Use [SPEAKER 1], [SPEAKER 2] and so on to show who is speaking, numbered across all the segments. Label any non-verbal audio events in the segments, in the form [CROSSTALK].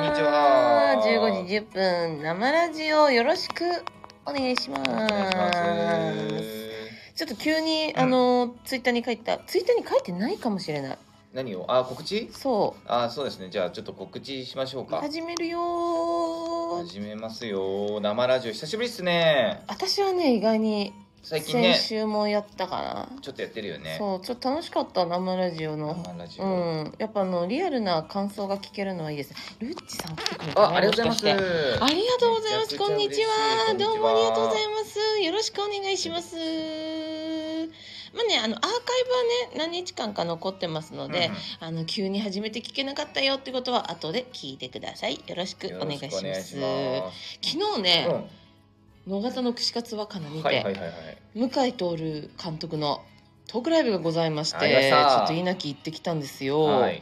[SPEAKER 1] にちは
[SPEAKER 2] 15時10分生ラジオよろしくお願いします。
[SPEAKER 1] お願いします
[SPEAKER 2] ちょっと急に、
[SPEAKER 1] うん
[SPEAKER 2] あのツイッターに書いたツイッターに書いてないかもしれない。
[SPEAKER 1] 何をあ告知
[SPEAKER 2] そ
[SPEAKER 1] あそうですねじゃあちょっと告知しましょう
[SPEAKER 2] う
[SPEAKER 1] か
[SPEAKER 2] 始めるよー。
[SPEAKER 1] 始めますよ生ラジオ久しぶりっすね
[SPEAKER 2] 私はね意外に
[SPEAKER 1] 最近
[SPEAKER 2] 先
[SPEAKER 1] ね
[SPEAKER 2] 週もやったかな。
[SPEAKER 1] ちょっとやってるよね
[SPEAKER 2] そうちょっと楽しかった生ラジオの。
[SPEAKER 1] 生ラジ
[SPEAKER 2] う
[SPEAKER 1] オ、
[SPEAKER 2] ん、やっぱあのリアルな感想が聞けるのはいいです。ルッチさん来てくれた
[SPEAKER 1] あありがとうござい
[SPEAKER 2] もしかして
[SPEAKER 1] ます
[SPEAKER 2] ありがとうございま
[SPEAKER 1] め
[SPEAKER 2] す。
[SPEAKER 1] ちゃく
[SPEAKER 2] こ
[SPEAKER 1] ちゃ
[SPEAKER 2] んに
[SPEAKER 1] 嬉し
[SPEAKER 2] ち
[SPEAKER 1] い
[SPEAKER 2] は。どうもありがとうござい
[SPEAKER 1] ま
[SPEAKER 2] ます。よろしくお願いします。まあね、あのアーカイブはね、何日間か残ってますので、あの急に始めて聞けなかったよってことは後で聞いてください。よろしくお願いします。
[SPEAKER 1] す
[SPEAKER 2] 昨日
[SPEAKER 1] うん
[SPEAKER 2] ね、野方の串カツ若菜にて、
[SPEAKER 1] はいはいはいはい
[SPEAKER 2] 向井徹監督のトークライブがございまし、
[SPEAKER 1] ありまし
[SPEAKER 2] ち
[SPEAKER 1] てた
[SPEAKER 2] ょっと稲城行ってきたんですよ。
[SPEAKER 1] はい
[SPEAKER 2] も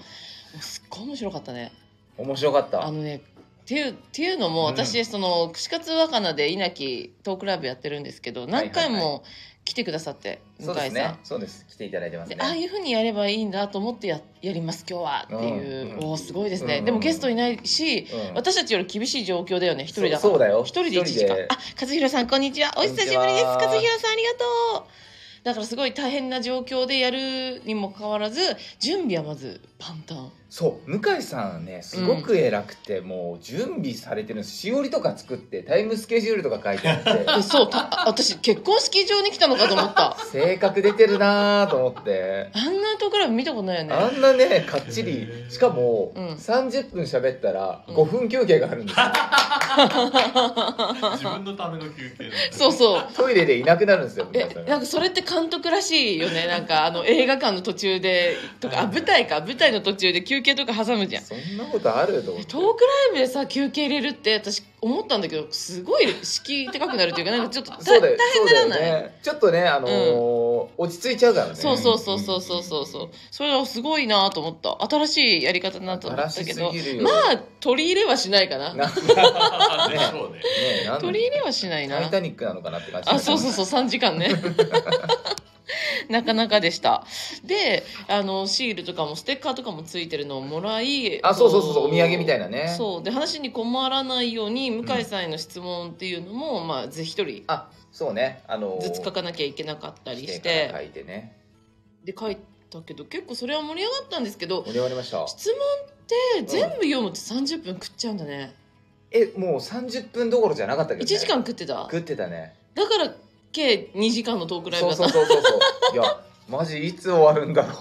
[SPEAKER 2] うすっごい面白かったね。
[SPEAKER 1] 面白かった
[SPEAKER 2] あのねっていうっていうのも
[SPEAKER 1] うん
[SPEAKER 2] 私、その串カツ若菜で稲城トークライブやってるんですけど何回
[SPEAKER 1] はいはい
[SPEAKER 2] も来てくださって、
[SPEAKER 1] そうで
[SPEAKER 2] 向
[SPEAKER 1] す
[SPEAKER 2] 井さ
[SPEAKER 1] ね
[SPEAKER 2] ん。
[SPEAKER 1] そうです来ていただいてます
[SPEAKER 2] で
[SPEAKER 1] ね
[SPEAKER 2] ああいうふうにやればいいんだと思ってややります今日はっていう、
[SPEAKER 1] うん
[SPEAKER 2] おーすごいですね、
[SPEAKER 1] うん
[SPEAKER 2] でもゲストいないし
[SPEAKER 1] うん
[SPEAKER 2] 私たちより厳しい状況だよね一人だか
[SPEAKER 1] そうそう
[SPEAKER 2] ら
[SPEAKER 1] だよ
[SPEAKER 2] 一人で1時間あ和弘さんこんにちはお久しぶりです
[SPEAKER 1] こんにちは
[SPEAKER 2] 和弘さんありがとうだからすごい大変な状況でやるにもかかわらず準備はまずパンタ
[SPEAKER 1] [LAUGHS]
[SPEAKER 2] ン
[SPEAKER 1] そう向井さんはねすごく偉くて、もう準備されてるんですしおりとか作ってタイムスケジュールとか書いてあって
[SPEAKER 2] えそうた私結婚式場に来たのかと思った
[SPEAKER 1] 性格出てるなーと思って
[SPEAKER 2] あんなところは見たことないよ
[SPEAKER 1] あ
[SPEAKER 2] ね。
[SPEAKER 1] んなねかっちりしかも、
[SPEAKER 2] うん
[SPEAKER 1] 30分喋ったら
[SPEAKER 2] うん
[SPEAKER 1] 5分休憩があるんですよ、
[SPEAKER 2] [LAUGHS]
[SPEAKER 3] 自分のための休憩だ
[SPEAKER 2] [LAUGHS] そうそう。
[SPEAKER 1] トイレでいなくなるんですよ向井さ
[SPEAKER 2] えな
[SPEAKER 1] ん、が
[SPEAKER 2] んかそれって監督らしいよ
[SPEAKER 1] [LAUGHS]
[SPEAKER 2] ね。なんかあの映画館の途中で、とか、あ、舞台か、舞台の途中で休憩とか挟むじゃん。
[SPEAKER 1] そんなことあると思っ
[SPEAKER 2] え
[SPEAKER 1] て
[SPEAKER 2] トークライブでさ、休憩入れるって私思ったんだけど、すごい敷居高くなるというか、なんかちょっと大
[SPEAKER 1] [LAUGHS] そ
[SPEAKER 2] 大
[SPEAKER 1] うだよそ
[SPEAKER 2] 変
[SPEAKER 1] う
[SPEAKER 2] に
[SPEAKER 1] だ
[SPEAKER 2] なら
[SPEAKER 1] よ
[SPEAKER 2] ない
[SPEAKER 1] ねちょっとねあのー落ち着いちゃうからね
[SPEAKER 2] そうそうそうそうそうそうそう。それはすごいなと思った。新しいやり方だなと思ったけど
[SPEAKER 1] 新しすぎる、よ
[SPEAKER 2] まあ取り入れはしないかな。
[SPEAKER 1] なね
[SPEAKER 3] ね。そうね。
[SPEAKER 1] なん
[SPEAKER 2] 取り入れはしないな
[SPEAKER 1] タイ。タニックなのかなって感じ
[SPEAKER 2] あ、そうそうそう、3時間ね。 [LAUGHS] なかなかでした。で、あの、シールとかも、ステッカーとかもついてるのをもらい、
[SPEAKER 1] あそうそうそうそうお土産みたい
[SPEAKER 2] な。
[SPEAKER 1] なね
[SPEAKER 2] そう。で、話に困らないように、向井さんへの質問っていうのも、まあ、ぜひ一人
[SPEAKER 1] あそうねあのー
[SPEAKER 2] ずつ書かなきゃいけなかったりし
[SPEAKER 1] 視点から
[SPEAKER 2] て、
[SPEAKER 1] 書いてね
[SPEAKER 2] で、書いたけど、結構それは盛り上がったんですけど、
[SPEAKER 1] 盛り上がりました
[SPEAKER 2] 質問って全部読むと30分食っちゃうんだね。
[SPEAKER 1] えもう30分どころじゃなかった
[SPEAKER 2] 1
[SPEAKER 1] けど、ね、
[SPEAKER 2] 時間食ってた
[SPEAKER 1] 食ってたね
[SPEAKER 2] だから、計2時間のトークライブ
[SPEAKER 1] そ
[SPEAKER 2] だ
[SPEAKER 1] う
[SPEAKER 2] った
[SPEAKER 1] そう。そうそうそういやマジいつ終わるんだろう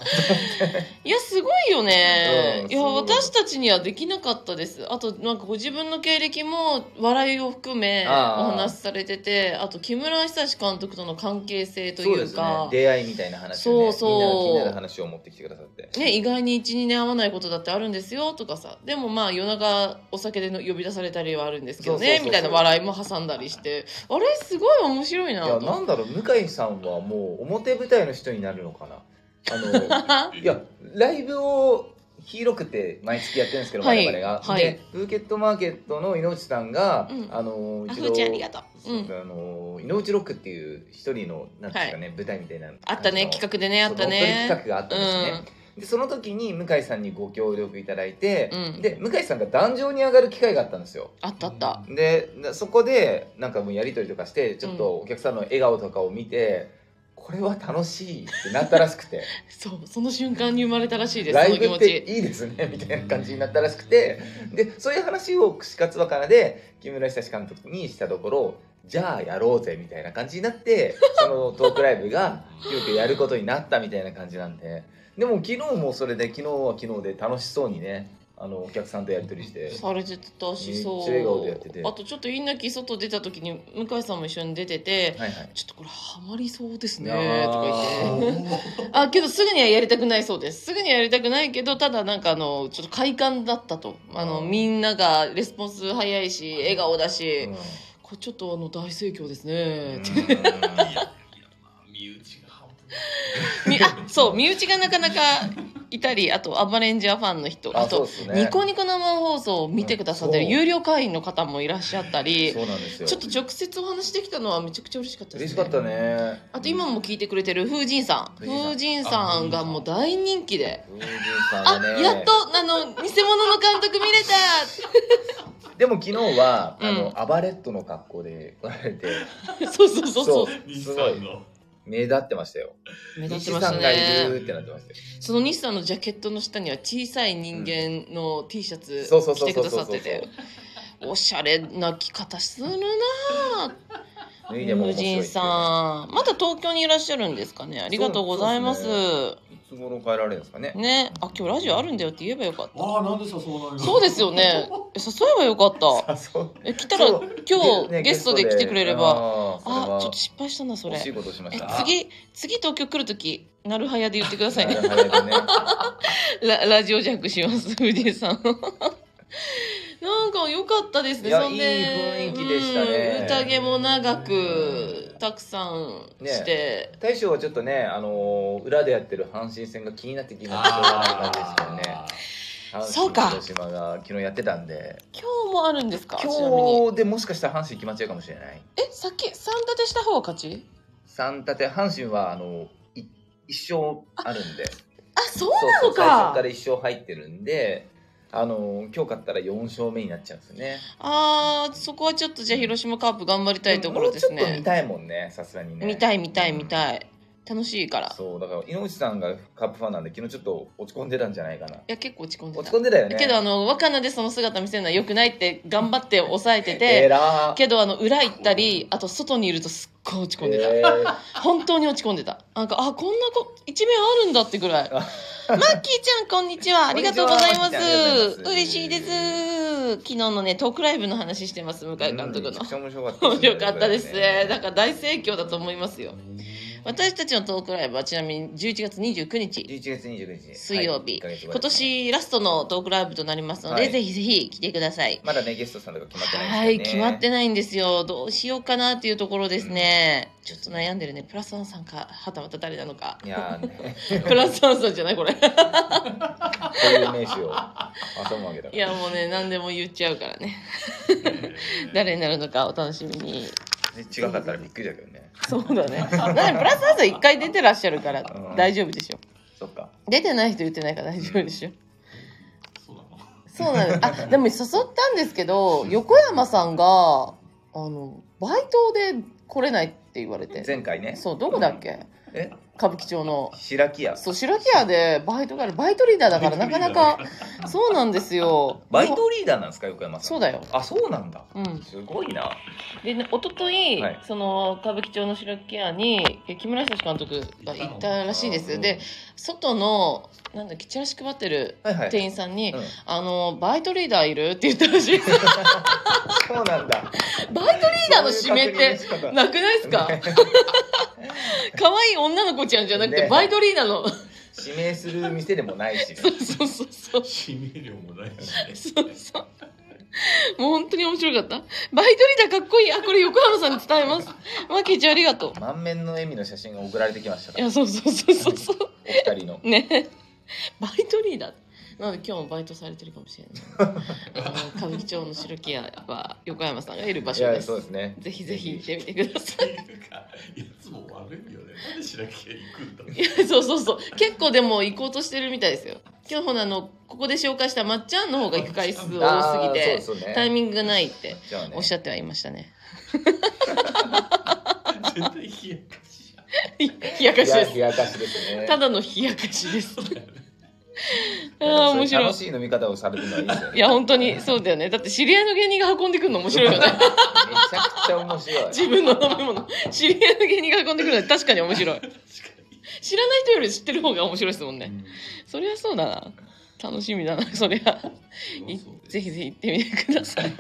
[SPEAKER 2] いや、すごいよね。
[SPEAKER 1] う
[SPEAKER 2] い
[SPEAKER 1] ん
[SPEAKER 2] や、
[SPEAKER 1] すごい
[SPEAKER 2] 私たちにはできなかったです。あと、なんかご自分の経歴も、笑いを含め、お
[SPEAKER 1] ああ
[SPEAKER 2] 話しされてて、あと、木村久志監督との関係性と
[SPEAKER 1] そう
[SPEAKER 2] い
[SPEAKER 1] で
[SPEAKER 2] う
[SPEAKER 1] すね
[SPEAKER 2] か、ね
[SPEAKER 1] 出会いみたいな話を、
[SPEAKER 2] そ
[SPEAKER 1] ね、
[SPEAKER 2] うそう
[SPEAKER 1] みんな気になる話を持ってきてくださって
[SPEAKER 2] 意外に1、2年会わないことだってあるんですよ、とかさ。でもまあ、夜中、お酒での呼び出されたりはあるんですけど
[SPEAKER 1] そうそう
[SPEAKER 2] ね、
[SPEAKER 1] そうそう
[SPEAKER 2] みたいな笑いも挟んだりして、あれ、すごい面白いないと
[SPEAKER 1] やなんだろう向井さんはもう表舞台の人になるのかな
[SPEAKER 2] [LAUGHS]
[SPEAKER 1] あのいやライブを広くて毎月やってるんですけど、
[SPEAKER 2] はい
[SPEAKER 1] 我々が、
[SPEAKER 2] はい
[SPEAKER 1] でプーケットマーケットの井之内さんが、
[SPEAKER 2] うん
[SPEAKER 1] あの
[SPEAKER 2] [LAUGHS] あ
[SPEAKER 1] 一
[SPEAKER 2] ふ
[SPEAKER 1] 度
[SPEAKER 2] ーちゃん、ありがとう。うん。
[SPEAKER 1] あの井之内ロックっていう一人のなんていうんですかね、舞台みたいな
[SPEAKER 2] あったね、企画でね、あ
[SPEAKER 1] そ
[SPEAKER 2] っ
[SPEAKER 1] う
[SPEAKER 2] たね。
[SPEAKER 1] 乗っ取り企画があったんですね、でその時に向井さんにご協力いただいて、
[SPEAKER 2] うん
[SPEAKER 1] で向井さんが壇上に上がる機会があったんですよ
[SPEAKER 2] あったあった。
[SPEAKER 1] でなそこでなんかもうやり取りとかしてちょっとお客さんの笑顔とかを見て、これは楽しいってなったらしくて
[SPEAKER 2] そう、その瞬間に生まれたらしいです、
[SPEAKER 1] ラ
[SPEAKER 2] その
[SPEAKER 1] イブ
[SPEAKER 2] 気持
[SPEAKER 1] っ
[SPEAKER 2] ち
[SPEAKER 1] て。いいですねみたいな感じになったらしくてでそういう話を串カツ若菜で木村久志監督にしたところじゃあやろうぜみたいな感じになってそのトークライブがよくやることになったみたいな感じなんででも昨日もそれで昨日は昨日で楽しそうにねあのお客さんとやり取りして
[SPEAKER 2] されてたし
[SPEAKER 1] めっちゃ
[SPEAKER 2] そう
[SPEAKER 1] 笑顔でやってて
[SPEAKER 2] あとちょっと稲城外出た時に向井さんも一緒に出てて
[SPEAKER 1] はいはい
[SPEAKER 2] 「ちょっとこれハマりそうですね」
[SPEAKER 1] いや
[SPEAKER 2] と
[SPEAKER 1] ー
[SPEAKER 2] か言って
[SPEAKER 3] お
[SPEAKER 2] あけどすぐにはやりたくないそうですすぐにはやりたくないけどただなんかあのちょっと快感だったとあの
[SPEAKER 1] あー
[SPEAKER 2] みんながレスポンス早いし笑顔だし、
[SPEAKER 1] うん
[SPEAKER 2] これちょっとあの大盛況ですね、
[SPEAKER 3] ーいやいやまあ身内が半分。
[SPEAKER 2] みあそう身内がなかなかいたりあとアバレンジャーファンの人あ
[SPEAKER 1] そう
[SPEAKER 2] と
[SPEAKER 1] ですね
[SPEAKER 2] ニコニコ生放送を見てくださってる
[SPEAKER 1] うんそう
[SPEAKER 2] 有料会員の方もいらっしゃったり
[SPEAKER 1] そうなんですよ
[SPEAKER 2] ちょっと直接お話できたのはめちゃくちゃ嬉しかったです、ね。
[SPEAKER 1] 嬉しかったね
[SPEAKER 2] あと今も聞いてくれてる風神さん。
[SPEAKER 1] 風神さん
[SPEAKER 2] 風神さんがもう大人気で。
[SPEAKER 1] 風神さん
[SPEAKER 2] あ、
[SPEAKER 1] がね [LAUGHS]
[SPEAKER 2] やっと、あの、偽物の監督見れた
[SPEAKER 1] も昨日は、
[SPEAKER 2] うん
[SPEAKER 1] あのアバレットの格好で来られて
[SPEAKER 2] そうそうそうそう
[SPEAKER 3] 西
[SPEAKER 1] す
[SPEAKER 3] さ
[SPEAKER 1] ご
[SPEAKER 3] ん
[SPEAKER 1] い
[SPEAKER 3] の
[SPEAKER 1] 目立ってましたよ
[SPEAKER 2] 目立って
[SPEAKER 1] 西
[SPEAKER 2] ま
[SPEAKER 1] さ
[SPEAKER 2] す
[SPEAKER 1] んがい
[SPEAKER 2] ね
[SPEAKER 1] るってなってましたよ
[SPEAKER 2] その西さんのジャケットの下には小さい人間の T シャツ
[SPEAKER 1] そうそう
[SPEAKER 2] 着
[SPEAKER 1] そう
[SPEAKER 2] てく
[SPEAKER 1] そう
[SPEAKER 2] だ
[SPEAKER 1] そ
[SPEAKER 2] さ
[SPEAKER 1] う
[SPEAKER 2] ってておしゃれな着方するな
[SPEAKER 1] 脱いで
[SPEAKER 2] 友
[SPEAKER 1] も面白い
[SPEAKER 2] 人さんまだ東京にいらっしゃるんですかねありがとうございます
[SPEAKER 1] そうんいつ頃帰られるんですかね
[SPEAKER 2] ねあ今日ラジオあるんだよって言えばよかった
[SPEAKER 3] ああなんでさそうなの
[SPEAKER 2] そうですよ
[SPEAKER 1] [LAUGHS]
[SPEAKER 2] ねえ誘えばよかった
[SPEAKER 1] あそう
[SPEAKER 2] え来たら
[SPEAKER 1] そう
[SPEAKER 2] 今日
[SPEAKER 1] ね
[SPEAKER 2] ゲストで来てくれれば
[SPEAKER 1] あーそれ
[SPEAKER 2] あ
[SPEAKER 1] は
[SPEAKER 2] ちょっと失敗したなそれ
[SPEAKER 1] 惜しいことしま
[SPEAKER 2] え
[SPEAKER 1] した
[SPEAKER 2] 次次東京来る時なるはやで言ってくださいね [LAUGHS]
[SPEAKER 1] なるほどね
[SPEAKER 2] ララジオジャックします、 [LAUGHS] フリーさん。なんか良かったですね、
[SPEAKER 1] いや
[SPEAKER 2] そんで
[SPEAKER 1] いい雰囲気でしたね
[SPEAKER 2] うん宴も長く、たくさんして。
[SPEAKER 1] 大将はちょっとね、あのー裏でやってる阪神戦が気になってきましたって感じ
[SPEAKER 3] あ
[SPEAKER 1] です
[SPEAKER 2] そ
[SPEAKER 1] よね。
[SPEAKER 2] うか
[SPEAKER 1] 阪神広島が昨日やってたんで、
[SPEAKER 2] 今日もあるんですかちなみに。
[SPEAKER 1] 今日でもしかしたら阪神決まっちゃうかもしれない。
[SPEAKER 2] え、先、三立てした方が勝ち
[SPEAKER 1] 三立て阪神はあのい一勝あるんで、
[SPEAKER 2] あ、そう
[SPEAKER 1] そうそ
[SPEAKER 2] そ
[SPEAKER 1] う
[SPEAKER 2] う
[SPEAKER 1] 最
[SPEAKER 2] か
[SPEAKER 1] 初から一勝入ってるんで、あのー今日勝ったら四勝目になっちゃうんですね。
[SPEAKER 2] あー、そこはちょっとじゃあ広島カープ頑張りたいところです
[SPEAKER 1] もうちょっと見
[SPEAKER 2] ね。
[SPEAKER 1] たいもんね、さすがにね。
[SPEAKER 2] 見たい見たい見
[SPEAKER 1] い。
[SPEAKER 2] たい。楽しいから。い
[SPEAKER 1] そうだから井上さんがカップファンなんで昨日ちょっと落ち込んでたんじゃないかな。
[SPEAKER 2] や、結構落ち込んで
[SPEAKER 1] 落ち
[SPEAKER 2] た。
[SPEAKER 1] 込んでたよね。
[SPEAKER 2] けど、あの、若菜でその姿見せるのは良くないって頑張って抑えてて。
[SPEAKER 1] えらー。
[SPEAKER 2] けどあの裏行ったりあと外にいるとすっごい落ち込んでた、
[SPEAKER 1] えー
[SPEAKER 2] 本当に落ち込んでたなんかあこんなこ一面あるんだってぐらいマ
[SPEAKER 1] あ
[SPEAKER 2] ッキーちゃんこんに
[SPEAKER 1] [LAUGHS]
[SPEAKER 2] ちはありがとうございます
[SPEAKER 1] こんにちはありがとうございます
[SPEAKER 2] 嬉しいです昨日のねトークライブの話してます向井監督
[SPEAKER 1] うん
[SPEAKER 2] の
[SPEAKER 1] めちゃくちゃ面白かった
[SPEAKER 2] [LAUGHS] 面白かったですねだからら大盛況だと思いますよ私たちのトークライブはちなみに11月29日
[SPEAKER 1] 11月29日
[SPEAKER 2] 水曜日
[SPEAKER 1] はい一ヶ月後ですね
[SPEAKER 2] 今年ラストのトークライブとなりますので、
[SPEAKER 1] はい
[SPEAKER 2] ぜひぜひ来てください
[SPEAKER 1] まだねゲストさんとか決まって
[SPEAKER 2] は
[SPEAKER 1] ない
[SPEAKER 2] い、
[SPEAKER 1] んです
[SPEAKER 2] 決
[SPEAKER 1] よね
[SPEAKER 2] まってないんですよ。どうしようかなっていうところですね。ちょっと悩んでるね。プラスワンさんか、はたまた誰なの [LAUGHS] か。
[SPEAKER 1] いやーね
[SPEAKER 2] プラスワンさんじゃないこれ。
[SPEAKER 1] こういう名詞を挟むわけだから
[SPEAKER 2] いや、もうね、何でも言っちゃうからね。誰になるのかお楽しみに。
[SPEAKER 1] 違かったらびっくりだけどね
[SPEAKER 2] そうだね。なんでプラスワンさん一回出てらっしゃるから
[SPEAKER 1] うん
[SPEAKER 2] 大丈夫でしょ。
[SPEAKER 1] そっか
[SPEAKER 2] 出てない人言ってないから大丈夫でしょ。
[SPEAKER 3] そうなの
[SPEAKER 2] そうなんです。 [LAUGHS] あ、でも誘ったんですけど、横山さんが、あの、バイトで来れないって言われて。
[SPEAKER 1] 前回ね
[SPEAKER 2] そう、どこだっけ
[SPEAKER 1] え
[SPEAKER 2] 歌舞伎町の。
[SPEAKER 1] 白木屋
[SPEAKER 2] そう白木屋でバイトがあるバイトリーダーだからなかなかそうなんですよ
[SPEAKER 1] バイトリーダーなんですか横山さん
[SPEAKER 2] そうだよ
[SPEAKER 1] あそうなんだ
[SPEAKER 2] うん
[SPEAKER 1] すごいな
[SPEAKER 2] でね一昨日、
[SPEAKER 1] はい
[SPEAKER 2] その歌舞伎町の白木屋にえ木村久志監督が行ったらしいで
[SPEAKER 1] う
[SPEAKER 2] す
[SPEAKER 1] ん
[SPEAKER 2] で外のなんだっけチラシ配ってる
[SPEAKER 1] はいはい
[SPEAKER 2] 店員さんに「
[SPEAKER 1] うん
[SPEAKER 2] あのバイトリーダーいる?」って言ったらしい [LAUGHS] です
[SPEAKER 1] そうなんだ
[SPEAKER 2] バイトリーダーの指名って
[SPEAKER 1] そういう確認の仕方
[SPEAKER 2] なくないですか、
[SPEAKER 1] ね
[SPEAKER 2] [LAUGHS] 可愛い女の子ちゃんじゃなくて、
[SPEAKER 1] ね
[SPEAKER 2] バイトリーダーの [LAUGHS]
[SPEAKER 1] 指名する店でもないし
[SPEAKER 2] そうそうそうそう
[SPEAKER 3] 指名料もないしね
[SPEAKER 2] そうそう。もう本当に面白かった。バイトリーダーかっこいい。あ、これ横浜さんに伝えます。マキーちゃんありがとう。
[SPEAKER 1] 満面の笑みの写真が送られてきましたか
[SPEAKER 2] い
[SPEAKER 1] ら
[SPEAKER 2] や、そうそうそうそうそう。
[SPEAKER 1] お二人の
[SPEAKER 2] ね。バイトリーダー。なので今日もバイトされてるかもしれない。あの歌舞伎町の白木屋は横山さんがいる場
[SPEAKER 1] い
[SPEAKER 2] 所
[SPEAKER 1] や
[SPEAKER 2] です。
[SPEAKER 1] そうですね
[SPEAKER 2] ぜひぜひ行ってみてください。
[SPEAKER 3] っていうかいつも悪いよねなんで白木屋行くんだろう
[SPEAKER 2] いやそうそうそう結構でも行こうとしてるみたいですよ今日ほらあのここで紹介したまっちゃんの方が行く回数多すぎ
[SPEAKER 1] あー
[SPEAKER 2] て
[SPEAKER 1] そうそうね
[SPEAKER 2] タイミングがないって
[SPEAKER 1] じゃあね
[SPEAKER 2] おっしゃってはいましたね
[SPEAKER 3] 絶対冷やかしや
[SPEAKER 2] いやかしです
[SPEAKER 1] 冷やかしです
[SPEAKER 2] [LAUGHS]
[SPEAKER 1] ね
[SPEAKER 2] ただの冷やかしです。 [LAUGHS] あ
[SPEAKER 1] いや
[SPEAKER 2] あ、
[SPEAKER 1] そういう
[SPEAKER 2] 面白い
[SPEAKER 1] 楽。しい飲み方をされてるのはいいですよね
[SPEAKER 2] いや、本当に、そうだよね。だって知り合いの芸人が運んでくるの面白
[SPEAKER 1] [LAUGHS]
[SPEAKER 2] いよね。
[SPEAKER 1] めちゃくちゃ面白い
[SPEAKER 2] 自分の飲み物。知り合いの芸人が運んでくるのは確かに面白い。知らない人より知ってる方が面白いですもんね。そりゃそうだな。楽しみだな、そりゃ。いぜひぜひ行ってみてくださ
[SPEAKER 1] [LAUGHS]
[SPEAKER 2] い。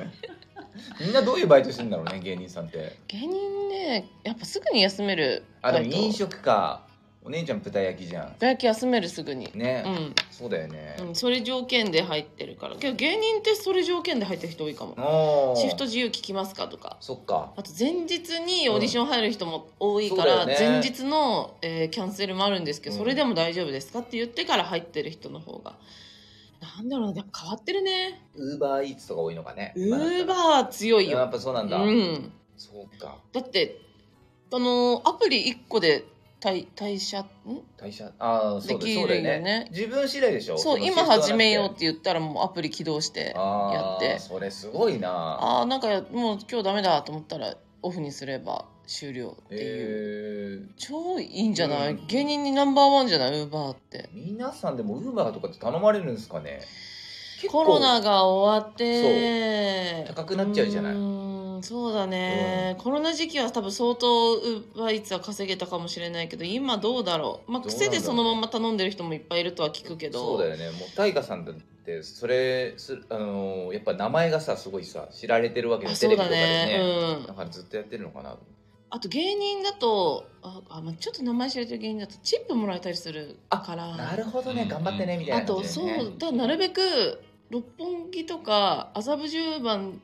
[SPEAKER 1] みんなどういうバイトしてんだろうね芸人さんって
[SPEAKER 2] 芸人ね、やっぱすぐに休める。
[SPEAKER 1] あで
[SPEAKER 2] バ
[SPEAKER 1] も
[SPEAKER 2] イト
[SPEAKER 1] 飲食かお姉ちゃん豚焼きじゃ
[SPEAKER 2] 大学休めるすぐに
[SPEAKER 1] ん。ね、
[SPEAKER 2] うん、
[SPEAKER 1] そうだよね、
[SPEAKER 2] うん、それ条件で入ってるからけど芸人ってそれ条件で入ってる人多いかも
[SPEAKER 1] おー
[SPEAKER 2] シフト自由聞きますかとか
[SPEAKER 1] そっか
[SPEAKER 2] あと前日にオーディション入る人も多いから、
[SPEAKER 1] うんそうだよね
[SPEAKER 2] 前日の、えーキャンセルもあるんですけど、
[SPEAKER 1] うん
[SPEAKER 2] それでも大丈夫ですかって言ってから入ってる人の方がなんだろうなでも変わってるね
[SPEAKER 1] ウーバーイーツとか多いのかね
[SPEAKER 2] ウーバ
[SPEAKER 1] ー
[SPEAKER 2] ー強い
[SPEAKER 1] やっ
[SPEAKER 2] よ、
[SPEAKER 1] ぱそうなんだ、
[SPEAKER 2] うん、
[SPEAKER 1] そうか
[SPEAKER 2] だってあのアプリ1個で退退社ん
[SPEAKER 1] 退社ああそうだ
[SPEAKER 2] できる
[SPEAKER 1] そ
[SPEAKER 2] よね
[SPEAKER 1] うだよね自分次第でしょ
[SPEAKER 2] そう
[SPEAKER 1] の
[SPEAKER 2] 今始めようっ
[SPEAKER 1] シ
[SPEAKER 2] て言ったらもうアプリ起動して
[SPEAKER 1] フトがな
[SPEAKER 2] やっ
[SPEAKER 1] くてあー
[SPEAKER 2] て
[SPEAKER 1] それすごいな
[SPEAKER 2] ああーなんかもう今日ダメだと思ったらオフにすれば終了っていう、
[SPEAKER 1] えー
[SPEAKER 2] 超いいんじゃない、
[SPEAKER 1] うん
[SPEAKER 2] 芸人にナンバーワンじゃないウーバーって
[SPEAKER 1] 皆さんでもウーバーとかって頼まれるんですかね結
[SPEAKER 2] コ
[SPEAKER 1] 構
[SPEAKER 2] ロナが終わって
[SPEAKER 1] そう高くなっちゃうじゃないう
[SPEAKER 2] ーんそうだね、コロナ時期は多分相当ウーバーイーツは稼げたかもしれないけど今どうだろうまあ
[SPEAKER 1] どうなんだろ
[SPEAKER 2] 癖
[SPEAKER 1] う
[SPEAKER 2] でそのまま頼んでる人もいっぱいいるとは聞くけど
[SPEAKER 1] そうだよねもう大河さんだってそれすあのーやっぱ名前がさすごいさ知られてるわけ
[SPEAKER 2] あ
[SPEAKER 1] で
[SPEAKER 2] そ
[SPEAKER 1] テ
[SPEAKER 2] う
[SPEAKER 1] レビと
[SPEAKER 2] だ
[SPEAKER 1] かでね、
[SPEAKER 2] ねう
[SPEAKER 1] だ
[SPEAKER 2] ん
[SPEAKER 1] からずっとやってるのかな
[SPEAKER 2] あと芸人だとああ、まあ、ちょっと名前知れてる芸人だとチップもらえたりするから
[SPEAKER 1] なるほどね
[SPEAKER 3] うん
[SPEAKER 1] 頑張ってねみたい
[SPEAKER 2] あ
[SPEAKER 1] な
[SPEAKER 2] と
[SPEAKER 1] 感じ
[SPEAKER 2] そ
[SPEAKER 1] で、ね、
[SPEAKER 2] うだなるべく六本木とか麻布十番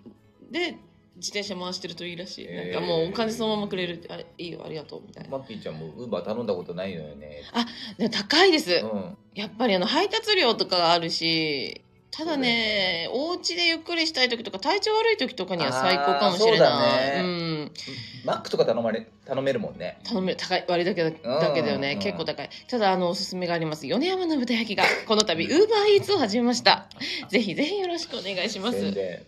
[SPEAKER 2] で自転車回してるといいらしい、
[SPEAKER 1] えー
[SPEAKER 2] なんかもうお金そのままくれるあいいよありがとうみたいな
[SPEAKER 1] マッピーちゃんもウーバー頼んだことないのよね
[SPEAKER 2] でも高いです、
[SPEAKER 1] うん
[SPEAKER 2] やっぱりあの配達料とかがあるしただねお家でゆっくりしたい時とか体調悪い時とかには最高かもしれない
[SPEAKER 1] あーそうだね
[SPEAKER 2] うん、
[SPEAKER 1] マックとか頼まれ頼めるもんね
[SPEAKER 2] 頼める高い割りだけだだけだよ
[SPEAKER 1] う
[SPEAKER 2] ね
[SPEAKER 1] ん
[SPEAKER 2] 結構高いただあのおすすめがあります米山の豚焼きがこの度ウーバーイーツを始めましたぜひぜひよろしくお願いします
[SPEAKER 1] 宣伝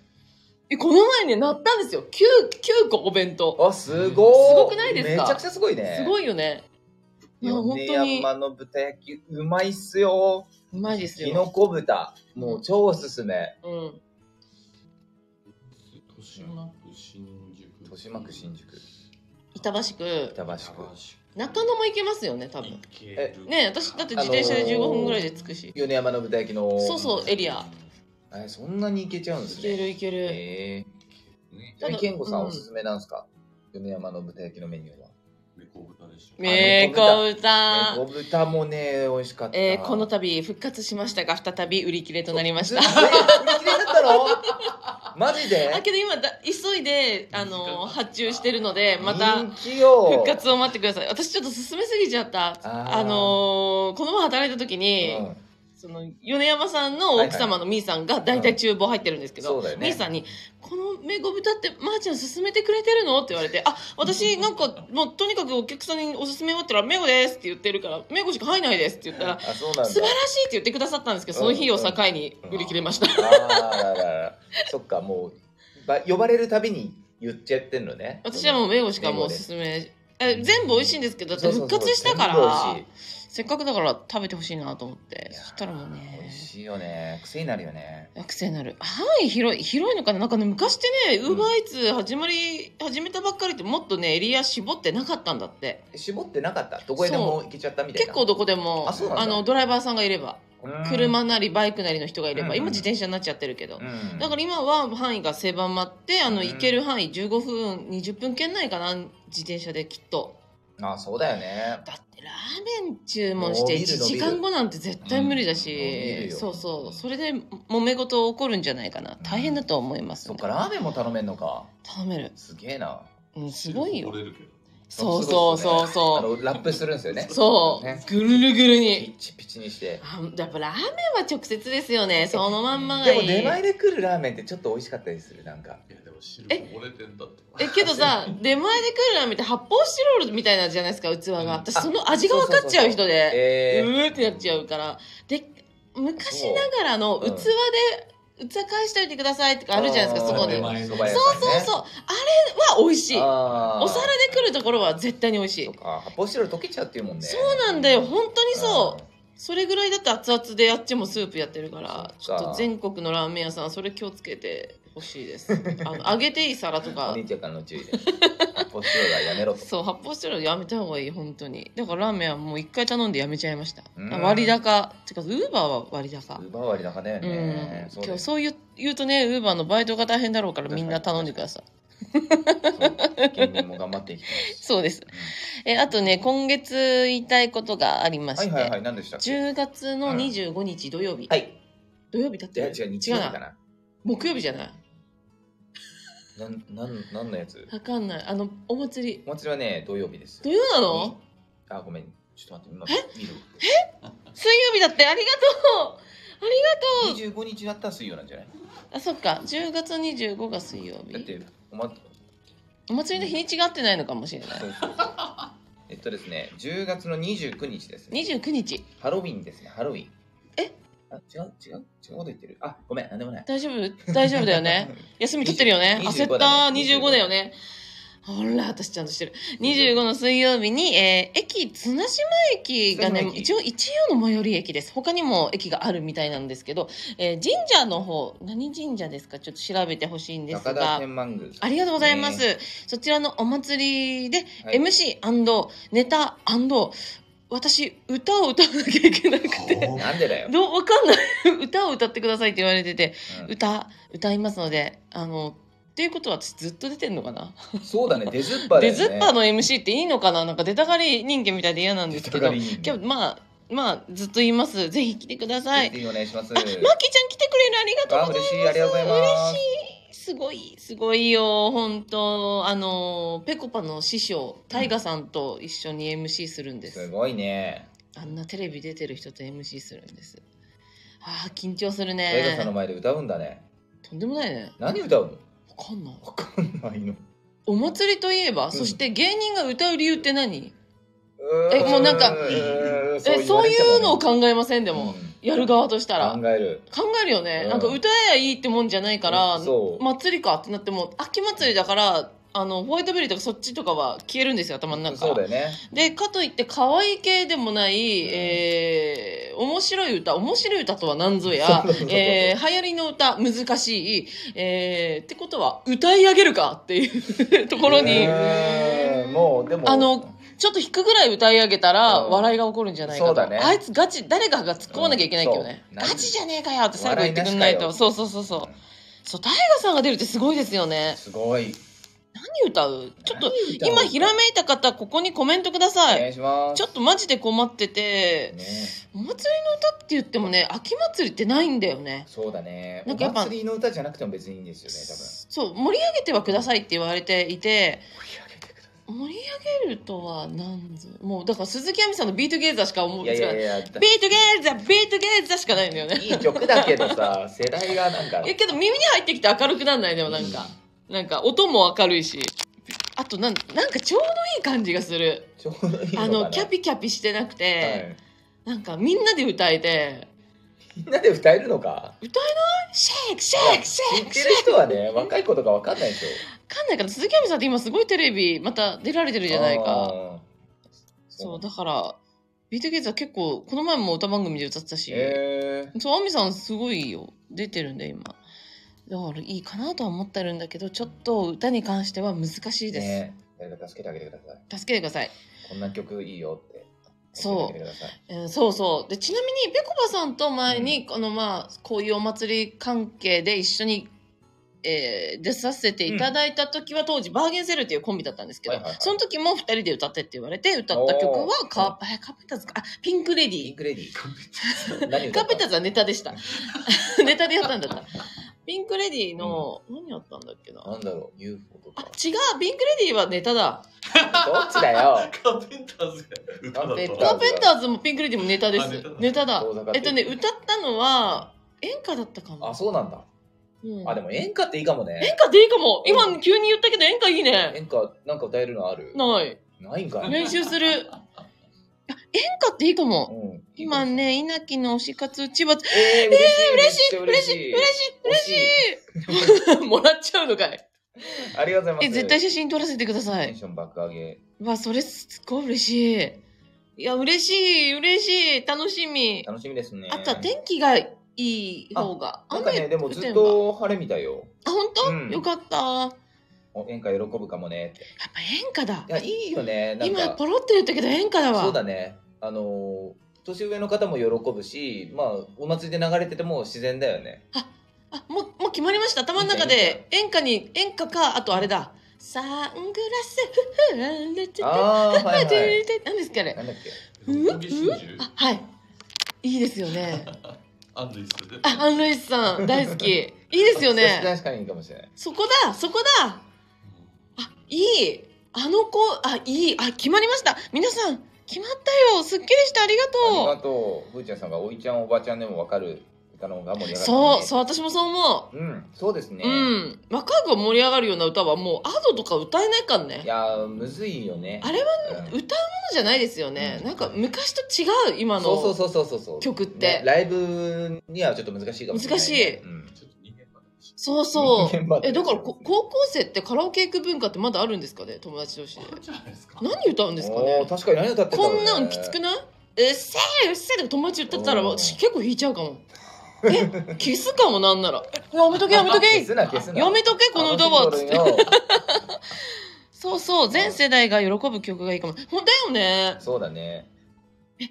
[SPEAKER 2] えこの前ねなったんですよ 9, 9個お弁当
[SPEAKER 1] あすごい
[SPEAKER 2] すごくないですか
[SPEAKER 1] めちゃくちゃすごいね
[SPEAKER 2] すごいよねいや本
[SPEAKER 1] 米
[SPEAKER 2] 当に
[SPEAKER 1] 山の豚焼きうまいっすよ
[SPEAKER 2] うまいです
[SPEAKER 1] きの
[SPEAKER 2] よ、
[SPEAKER 1] こ豚もう超おすすめ
[SPEAKER 2] うん、うん
[SPEAKER 3] 豊島区新宿
[SPEAKER 1] 豊島区新宿
[SPEAKER 2] 板橋区
[SPEAKER 1] 板橋区
[SPEAKER 2] 中野も行けますよね多分
[SPEAKER 1] え
[SPEAKER 2] ねえ私だって自転車で15分ぐらいで着くし、
[SPEAKER 1] 米山の豚焼きの
[SPEAKER 2] そうそうエリア
[SPEAKER 1] えそんなにいけちゃうんです
[SPEAKER 2] 行
[SPEAKER 1] ね
[SPEAKER 2] ける行ける、
[SPEAKER 1] え
[SPEAKER 3] ね
[SPEAKER 1] ー、ちなみに健吾さ
[SPEAKER 2] うんん
[SPEAKER 1] おすすめなんですか、米山の豚焼きのメニューは
[SPEAKER 3] 猫豚でしょ
[SPEAKER 2] ねえこ歌
[SPEAKER 1] 猫豚もね美味しかった、
[SPEAKER 2] えー、この度復活しましたが再び売り切れとなりまし
[SPEAKER 1] え
[SPEAKER 2] た
[SPEAKER 1] 売り切れだった
[SPEAKER 2] [LAUGHS]
[SPEAKER 1] のマジで
[SPEAKER 2] だけど今だ急いであの発注してるのでまた
[SPEAKER 1] 人気よ
[SPEAKER 2] 復活を待ってください私ちょっと進めすぎちゃった
[SPEAKER 1] あ
[SPEAKER 2] あ
[SPEAKER 1] ー
[SPEAKER 2] のーこの前働いた時に、
[SPEAKER 1] うん
[SPEAKER 2] その米山さんの奥様のみーさんが大体厨房入ってるんですけど、
[SPEAKER 1] そうだよね
[SPEAKER 2] みーさんに「このめご豚ってまーちゃん勧めてくれてるの?」って言わ
[SPEAKER 1] [LAUGHS]
[SPEAKER 2] れて「あ私なんかもうとにかくお客さんにおすすめ終わったら「めごです」って言ってるから「めごしか入んないです」って言ったら
[SPEAKER 1] あそう
[SPEAKER 2] 「
[SPEAKER 1] なんだ
[SPEAKER 2] 素晴らしい」って言ってくださったんですけどその日を境に売り切れました、
[SPEAKER 1] あーあらららそっかもうば呼ばれるたびに言っちゃってんのね
[SPEAKER 2] 私はもうめごしかもうおすすめえ全部美味しいんですけどだって復活したから
[SPEAKER 1] そうそうそう全部美味し
[SPEAKER 2] せっかくだから食べてほしいなと思って
[SPEAKER 1] い
[SPEAKER 2] そしたらもう
[SPEAKER 1] いやー美
[SPEAKER 2] ね
[SPEAKER 1] 味しいよね癖になるよね
[SPEAKER 2] 癖になる範囲広い広いのかななんかね昔ってねウ
[SPEAKER 1] う
[SPEAKER 2] ー
[SPEAKER 1] ん
[SPEAKER 2] バーイーツ始まり始めたばっかりってもっとねエリア絞ってなかったんだって
[SPEAKER 1] 絞ってなかったどこへでも行けちゃったみたい
[SPEAKER 2] 結
[SPEAKER 1] な
[SPEAKER 2] 構どこでも
[SPEAKER 1] あそうなんだ
[SPEAKER 2] のドライバーさんがいれば
[SPEAKER 1] うん
[SPEAKER 2] 車なりバイクなりの人がいれば、
[SPEAKER 1] うんうん
[SPEAKER 2] 今自転車になっちゃってるけど、
[SPEAKER 1] うん
[SPEAKER 2] だから今は範囲が狭まってあの
[SPEAKER 1] うん
[SPEAKER 2] 行ける範囲15分20分圏内かな自転車できっと
[SPEAKER 1] あそうだよね
[SPEAKER 2] だってラーメン注文して
[SPEAKER 1] 伸びる
[SPEAKER 2] 1時間後なんて絶対無理だ
[SPEAKER 1] うん伸び
[SPEAKER 2] し、
[SPEAKER 1] るよ
[SPEAKER 2] そうそうそれで揉め事起こるんじゃないかな大変だと思います、
[SPEAKER 1] そっかラーメンも頼めんのか
[SPEAKER 2] 頼める
[SPEAKER 1] すげえな
[SPEAKER 2] うん、すごいよ
[SPEAKER 3] 取。れるけど
[SPEAKER 2] そうそうそう
[SPEAKER 1] あ
[SPEAKER 2] そ
[SPEAKER 1] のラップするんですよね
[SPEAKER 2] う。そ
[SPEAKER 1] ね
[SPEAKER 2] う。ぐるるぐる
[SPEAKER 1] ピ
[SPEAKER 2] に。
[SPEAKER 1] ッチピチにして
[SPEAKER 2] あやっぱラーメンは直接ですよね。そのまんまが
[SPEAKER 1] で
[SPEAKER 2] い
[SPEAKER 1] も
[SPEAKER 2] い。
[SPEAKER 1] 出前で来るラーメンってちょっと美味しかったりするなんか
[SPEAKER 3] いやでも汁こぼれてんだって [LAUGHS]
[SPEAKER 2] え、けどさ、出前で来るラーメンって発泡スチロールみたいなんじゃないですか、器
[SPEAKER 3] うん
[SPEAKER 2] が。私、その味が分かっちゃう人で、う
[SPEAKER 1] えー
[SPEAKER 2] ーってなっちゃうから。で、昔ながらの器
[SPEAKER 1] そううん
[SPEAKER 2] で、器返しといてくださいとかあるじゃないですか、そこに。
[SPEAKER 1] あ
[SPEAKER 2] そ
[SPEAKER 3] ー
[SPEAKER 2] う
[SPEAKER 1] ー
[SPEAKER 3] そ
[SPEAKER 1] そうう
[SPEAKER 3] そう
[SPEAKER 2] そうそう。あれは美味しい。お
[SPEAKER 1] お
[SPEAKER 2] 皿で来るところは絶対に美味しい
[SPEAKER 1] と。か発泡スチロール溶けちゃうっていうもんね
[SPEAKER 2] そうなんだよ、本当にそう。
[SPEAKER 1] う
[SPEAKER 2] それぐらいだって熱々であっちもスープやってるからち
[SPEAKER 1] そ
[SPEAKER 2] ょ
[SPEAKER 1] っ
[SPEAKER 2] っ
[SPEAKER 1] か
[SPEAKER 2] と全国のラーメン屋さんそれ気をつけて
[SPEAKER 1] [LAUGHS]
[SPEAKER 2] ほしいですあの揚げていい皿と
[SPEAKER 1] お
[SPEAKER 2] か
[SPEAKER 1] 姉ちゃんからの注意で発泡スチロールはやめろと
[SPEAKER 2] そう発泡スチロールやめた方がいい本当にだからラーメンはもう一回頼んでやめちゃいました
[SPEAKER 1] うん
[SPEAKER 2] 割高てかウーバーは割高
[SPEAKER 1] 奪われなかだよ
[SPEAKER 2] うん、
[SPEAKER 1] ね
[SPEAKER 2] 今日
[SPEAKER 1] う
[SPEAKER 2] そういう言うとねウーバーのバイトが大変だろうからみんな頼んでください
[SPEAKER 1] だよそう県民も頑張っていきます
[SPEAKER 2] そうですえあとね今月言いたいことがありま
[SPEAKER 1] は
[SPEAKER 2] し
[SPEAKER 1] い
[SPEAKER 2] て、
[SPEAKER 1] はいはい何でしたっけ
[SPEAKER 2] 10月の25日土曜日、
[SPEAKER 1] はい
[SPEAKER 2] 土曜日だっ
[SPEAKER 1] い
[SPEAKER 2] て
[SPEAKER 1] や
[SPEAKER 2] る
[SPEAKER 1] 違う日曜日か
[SPEAKER 2] 違うな
[SPEAKER 1] な
[SPEAKER 2] 木曜日じゃない
[SPEAKER 1] なんなんなんのやつ
[SPEAKER 2] わかんないあのお祭り
[SPEAKER 1] お祭りはね土曜日です
[SPEAKER 2] 土曜なの
[SPEAKER 1] あごめんちょっと待って今見る
[SPEAKER 2] 水曜日だってありがと
[SPEAKER 1] 25日だったら水曜なんじゃないう
[SPEAKER 2] あそっか10月25日が水曜
[SPEAKER 1] だっ
[SPEAKER 2] 日
[SPEAKER 1] ておま
[SPEAKER 2] [LAUGHS] お祭りの日にちが合ってないのかもしれない
[SPEAKER 1] そうそうえっとですね、10月の29日ですね。
[SPEAKER 2] 二十九日。
[SPEAKER 1] ハロウィンですね、ハロウィン。
[SPEAKER 2] え
[SPEAKER 1] あ、違う、違う、違うこと言ってる。あ、ごめん、なんでもない。
[SPEAKER 2] 大丈夫大丈夫だよ
[SPEAKER 1] [LAUGHS]
[SPEAKER 2] ね。休み取ってるよね。
[SPEAKER 1] 25
[SPEAKER 2] 焦った
[SPEAKER 1] だ。ね
[SPEAKER 2] 25だよね。ほら、私ちゃんとしてる。25の水曜日に、えー駅、綱島駅がね
[SPEAKER 1] 綱、島駅
[SPEAKER 2] 一応、一応の最寄り駅です。他にも駅があるみたいなんですけど、えー神社の方、何神社ですかちょっと調べてほしいんです
[SPEAKER 1] 中田
[SPEAKER 2] が。
[SPEAKER 1] 天満宮。
[SPEAKER 2] ありがとうございます。
[SPEAKER 1] ね。
[SPEAKER 2] そちらのお祭りで、
[SPEAKER 1] はい
[SPEAKER 2] MC& ネタ私、歌を歌わなきゃいけなく
[SPEAKER 1] [LAUGHS]
[SPEAKER 2] て、
[SPEAKER 3] はあ
[SPEAKER 1] なんでだよ。
[SPEAKER 2] どう、わかんない。 [LAUGHS] 歌を歌ってくださいって言われてて、
[SPEAKER 1] うん
[SPEAKER 2] 歌歌いますのであのっていうことは私ずっと出てんのかな、
[SPEAKER 1] そうだね、出ずっぱだ
[SPEAKER 2] 出
[SPEAKER 1] よね。
[SPEAKER 2] ずっぱの MC っていいのかななんか出たがり人間みたいで嫌なんです
[SPEAKER 1] 出た
[SPEAKER 2] け
[SPEAKER 1] が
[SPEAKER 2] ど
[SPEAKER 1] り
[SPEAKER 2] 今日まあまあずっと言いますぜひ来てください
[SPEAKER 1] ぜひお願いします。
[SPEAKER 2] あマーキーちゃん来てくれるありがとうございます
[SPEAKER 1] あ嬉しいありがとうございます
[SPEAKER 2] 嬉しいすごいすごいよ本当あのぺこぱの師匠タイガさんと一緒に MC するんです、
[SPEAKER 1] すごいね。
[SPEAKER 2] あんなテレビ出てる人と MC するんですあー緊張する
[SPEAKER 1] 大田さんの
[SPEAKER 2] ね
[SPEAKER 1] 前で歌うんだね。
[SPEAKER 2] とんでもないね
[SPEAKER 1] 何歌う
[SPEAKER 2] わかんない
[SPEAKER 1] のわかんないの。
[SPEAKER 2] お祭りといえば、
[SPEAKER 1] ん
[SPEAKER 2] そして芸人が歌う理由って何
[SPEAKER 1] ーん
[SPEAKER 2] えもうなんか
[SPEAKER 1] ーん
[SPEAKER 2] え
[SPEAKER 1] 言わ
[SPEAKER 2] そう
[SPEAKER 1] れてもね
[SPEAKER 2] いうのを考えませんでも、
[SPEAKER 1] うん
[SPEAKER 2] やる側としたら考
[SPEAKER 1] 考える。
[SPEAKER 2] えるよね、
[SPEAKER 1] うん
[SPEAKER 2] なんか歌えやいいってもんじゃないから、
[SPEAKER 1] うんそう
[SPEAKER 2] 祭りかってなっても秋祭りだからあのホワイトベリーとかそっちとかは消えるんですよ頭の中か
[SPEAKER 1] そう
[SPEAKER 2] ら
[SPEAKER 1] だよね。
[SPEAKER 2] でかといって可愛い系でもない、
[SPEAKER 1] うん
[SPEAKER 2] えー面白い歌面白い歌とは何ぞや、えー流行りの歌難しい、えーってことは歌い上げるかっていう [LAUGHS] ところに、
[SPEAKER 1] えーもうでも
[SPEAKER 2] あのちょっと弾くぐらい歌い上げたら
[SPEAKER 1] うん
[SPEAKER 2] 笑いが起こるんじゃないかと、
[SPEAKER 1] そうだね
[SPEAKER 2] あいつガチ誰かが突っ込まなきゃいけないけどね、
[SPEAKER 1] うん
[SPEAKER 2] ガ
[SPEAKER 1] そう
[SPEAKER 2] チじゃねえかよって最後言ってくんない
[SPEAKER 1] 笑い
[SPEAKER 2] と
[SPEAKER 1] なし
[SPEAKER 2] そうそうそうそうそう大河さんが出るってすごいですよね
[SPEAKER 1] すごい。
[SPEAKER 2] 何歌うちょっと
[SPEAKER 1] 何歌う
[SPEAKER 2] 今ひらめいた方ここにコメントくださ
[SPEAKER 1] お
[SPEAKER 2] い、
[SPEAKER 1] 願いします。
[SPEAKER 2] ちょっとマジで困ってて、
[SPEAKER 1] ね、
[SPEAKER 2] お祭りの歌って言ってもね秋祭りってないんだよね
[SPEAKER 1] そうだね。
[SPEAKER 2] なんかやっぱ
[SPEAKER 1] お祭りの歌じゃなくても別にいいんですよね。多分。
[SPEAKER 2] そう盛り上げてはくださいって言われていて
[SPEAKER 1] 盛り上げてくださ
[SPEAKER 2] 盛り上げるとは何ぞもうだから鈴木亜美さんの「ビートゲイザー」しか思
[SPEAKER 1] い。
[SPEAKER 2] う
[SPEAKER 1] いやいやいや。
[SPEAKER 2] ビートゲーザビートゲーザしかないんだよね
[SPEAKER 1] いい曲だけ
[SPEAKER 2] [LAUGHS]
[SPEAKER 1] どさ、世代がなんか。
[SPEAKER 2] えけど耳に入ってきて明るくなんないでもなんか、なんか音も明るいしあとなんなんかちょうどいい感じがする
[SPEAKER 1] ちょうどいいの
[SPEAKER 2] あ
[SPEAKER 1] かな
[SPEAKER 2] のキャピキャピしてなく
[SPEAKER 1] は
[SPEAKER 2] て、
[SPEAKER 1] い
[SPEAKER 2] なんかみんなで歌えて
[SPEAKER 1] みんなで歌えるのか。
[SPEAKER 2] 「シェイクシェイクシ
[SPEAKER 1] 知
[SPEAKER 2] ェイ
[SPEAKER 1] っ
[SPEAKER 2] ク
[SPEAKER 1] て
[SPEAKER 2] シェイ
[SPEAKER 1] る人は
[SPEAKER 2] [LAUGHS]
[SPEAKER 1] ね、若い子とかわかんないでしょ。
[SPEAKER 2] ク」わかんないかな鈴木亜美さんって今すごいテレビまた出られてるじゃないか
[SPEAKER 1] あー。
[SPEAKER 2] そうだからビートゲーザ結構この前も歌番組で歌ってたし、
[SPEAKER 1] え
[SPEAKER 2] そう、あみさんすごいよ。出てるんで、今。だからいいかなとは思ってるんだけど、ちょっと歌に関しては難し
[SPEAKER 1] え
[SPEAKER 2] いです。
[SPEAKER 1] ね誰か助けてあげてください。
[SPEAKER 2] 助けてください。
[SPEAKER 1] こんな曲いいよって。
[SPEAKER 2] そう
[SPEAKER 1] 教えてあげてください
[SPEAKER 2] うん、そうそう。で、ちなみに、ぺこぱさんと前に、このまあ、こういうお祭り関係で一緒に、えー出させていただいた時は、当時、バーゲンセルっていうコンビだったんですけど、
[SPEAKER 1] はいはいはい
[SPEAKER 2] その時も二人で歌ってって言われて、歌った曲はカー、えカーペンターズか、あ、ピンクレディ
[SPEAKER 1] ピンクレディ
[SPEAKER 3] 完
[SPEAKER 2] [LAUGHS]
[SPEAKER 3] 璧
[SPEAKER 1] ー。何
[SPEAKER 2] カ
[SPEAKER 1] 歌
[SPEAKER 2] ー
[SPEAKER 1] っ
[SPEAKER 2] ペンタ
[SPEAKER 1] た
[SPEAKER 2] ーズはネタで
[SPEAKER 1] [LAUGHS]
[SPEAKER 2] した。ネタでやったんだった。ピンクレディの、何やったんだっけな。
[SPEAKER 1] なんだろう ?UFO と
[SPEAKER 2] あ、
[SPEAKER 1] か。
[SPEAKER 2] 違う、ピンクレディはネタだ。
[SPEAKER 1] どっち
[SPEAKER 2] [LAUGHS]
[SPEAKER 1] だよ。
[SPEAKER 3] カーペンターズや歌だ
[SPEAKER 1] カーペンタ
[SPEAKER 2] カ
[SPEAKER 1] ー
[SPEAKER 2] ーペンターズもピンクレディもネタで
[SPEAKER 3] あ
[SPEAKER 2] す
[SPEAKER 3] ネタだ。
[SPEAKER 2] ネタだ
[SPEAKER 1] 遠ざか。って
[SPEAKER 2] え
[SPEAKER 1] い
[SPEAKER 2] っ
[SPEAKER 1] く
[SPEAKER 2] とね、歌ったのは演歌だったかも
[SPEAKER 1] あ、。そうなんだ。
[SPEAKER 2] うん
[SPEAKER 1] あ、でも演歌っていいかも
[SPEAKER 2] 演
[SPEAKER 1] ね。
[SPEAKER 2] 歌でいいかも。
[SPEAKER 1] うん
[SPEAKER 2] 今急に言ったけど演歌いいね。
[SPEAKER 1] 演歌、なんか歌えるのある
[SPEAKER 2] ない。
[SPEAKER 1] ないんかい。
[SPEAKER 2] 練習する。あ演歌っていいか
[SPEAKER 1] う
[SPEAKER 2] も。
[SPEAKER 1] ん。
[SPEAKER 2] 今。ね、稲城の推し活千葉、嬉し
[SPEAKER 1] えー、嬉しい。めっちゃ嬉しい。
[SPEAKER 2] 嬉しい、嬉しい。もらっちゃうのか
[SPEAKER 1] [LAUGHS]
[SPEAKER 2] い。
[SPEAKER 1] 嬉しい。ありがとうござい
[SPEAKER 2] え、
[SPEAKER 1] ます。
[SPEAKER 2] 絶対写真撮らせてくださ
[SPEAKER 1] テン
[SPEAKER 2] い。
[SPEAKER 1] ション爆上げ。
[SPEAKER 2] わ、それすっごい嬉しい。いや、嬉しい、嬉しい、楽しみ。
[SPEAKER 1] 楽しみですね。
[SPEAKER 2] あとは天気がいい方が。
[SPEAKER 1] なんかね、
[SPEAKER 2] 雨
[SPEAKER 1] でもずっ
[SPEAKER 2] 降んば
[SPEAKER 1] と晴れみたいよ。
[SPEAKER 2] あ、本当、
[SPEAKER 1] うん
[SPEAKER 2] よかった。やっ
[SPEAKER 1] お演歌喜ぶかもねって。
[SPEAKER 2] ぱ演歌だ
[SPEAKER 1] い。や、いいよね。なん
[SPEAKER 2] 今
[SPEAKER 1] か
[SPEAKER 2] ポロって言ったけど演歌だわ。
[SPEAKER 1] そうだね。あのー、年上の方も喜ぶし、まあ、お祭りで流れてても自然だよね。
[SPEAKER 2] あ、もう、もう決まりました。頭の中で演歌に、演歌か、あとあれだ。サングラス、ふふんでてて、
[SPEAKER 1] ああ、はい
[SPEAKER 2] ふ
[SPEAKER 1] はい。
[SPEAKER 2] てて何ですかね。
[SPEAKER 1] なんだっけ。
[SPEAKER 2] うん
[SPEAKER 3] 六十
[SPEAKER 2] あ、はい。いいですよね。
[SPEAKER 3] アンドイスで
[SPEAKER 2] あ、アン・ルイスさん、大
[SPEAKER 1] [LAUGHS]
[SPEAKER 2] 好き。いいですよね。
[SPEAKER 1] 確かにいいかもしれない。
[SPEAKER 2] そこだ、そこだ。あ、いい。あの子、あ、いい。あ、決まりました。皆さん、決まったよ。すっきりしてありが
[SPEAKER 1] あり
[SPEAKER 2] とう
[SPEAKER 1] が。とう。ふーちゃんさんが、おいちゃん、おばちゃんでもわかる歌の方が盛り上がる
[SPEAKER 2] そうそう
[SPEAKER 1] う
[SPEAKER 2] 私もそう思
[SPEAKER 1] うんそうです
[SPEAKER 2] う、
[SPEAKER 1] ね、
[SPEAKER 2] うん若く盛り上がるような歌はもうアドとか歌えないかんね
[SPEAKER 1] いやーむずいよね
[SPEAKER 2] あれ
[SPEAKER 1] は、うん
[SPEAKER 2] 歌うものじゃないですよね、
[SPEAKER 1] うん
[SPEAKER 2] なんか昔と違う今の
[SPEAKER 1] そうそうそうそうそう
[SPEAKER 2] 曲って
[SPEAKER 1] ねライブにはちょっと難しいかもしれないね、うん
[SPEAKER 3] ちょっと人間離れし
[SPEAKER 2] そうそう
[SPEAKER 1] 人間離れ
[SPEAKER 2] えだからこ高校生ってカラオケ行く文化ってまだあるんですかね友達同士で
[SPEAKER 3] あるじゃないですか。
[SPEAKER 2] 何歌うんですか
[SPEAKER 1] お
[SPEAKER 2] ね
[SPEAKER 1] ー確かに何歌ってた
[SPEAKER 2] こ
[SPEAKER 1] の、ね、
[SPEAKER 2] んなんきつくないうっせえうっせえとか友達歌ったら
[SPEAKER 1] うん
[SPEAKER 2] 私結構弾いちゃうかもえキスかもなんならえやめとけやめとけ
[SPEAKER 1] 消すな消すな
[SPEAKER 2] やめとけこの歌はつって
[SPEAKER 1] あのシンボルよ
[SPEAKER 2] そうそう全世代が喜ぶ曲がいいかもほんだよね
[SPEAKER 1] そうだね